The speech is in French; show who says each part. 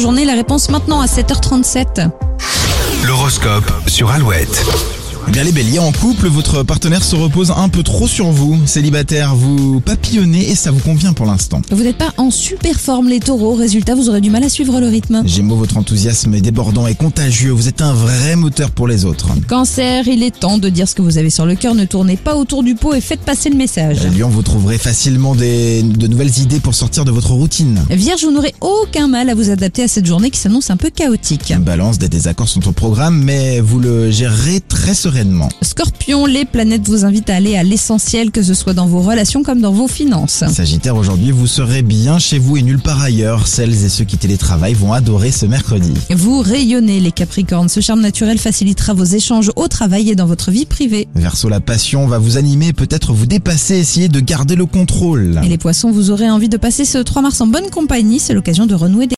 Speaker 1: Journée, la réponse maintenant à 7h37.
Speaker 2: L'horoscope sur Alouette.
Speaker 3: Bien les béliers, en couple, votre partenaire se repose un peu trop sur vous. Célibataire, vous papillonnez et ça vous convient pour l'instant.
Speaker 1: Vous n'êtes pas en super forme les taureaux, résultat vous aurez du mal à suivre le rythme.
Speaker 3: Gémeaux, votre enthousiasme est débordant et contagieux. Vous êtes un vrai moteur pour les autres.
Speaker 1: Cancer, il est temps de dire ce que vous avez sur le cœur, ne tournez pas autour du pot et faites passer le message.
Speaker 3: Lyon, vous trouverez facilement des, de nouvelles idées pour sortir de votre routine.
Speaker 1: Vierge, vous n'aurez aucun mal à vous adapter à cette journée qui s'annonce un peu chaotique.
Speaker 3: Balance, des désaccords sont au programme, mais vous le gérerez très sereinement.
Speaker 1: Scorpion, les planètes vous invitent à aller à l'essentiel, que ce soit dans vos relations comme dans vos finances.
Speaker 3: Sagittaire, aujourd'hui, vous serez bien chez vous et nulle part ailleurs. Celles et ceux qui télétravaillent vont adorer ce mercredi.
Speaker 1: Vous rayonnez les capricornes, ce charme naturel facilitera vos échanges au travail et dans votre vie privée.
Speaker 3: Verso, la passion va vous animer, peut-être vous dépasser, essayez de garder le contrôle.
Speaker 1: Et les poissons, vous aurez envie de passer ce 3 mars en bonne compagnie, c'est l'occasion de renouer des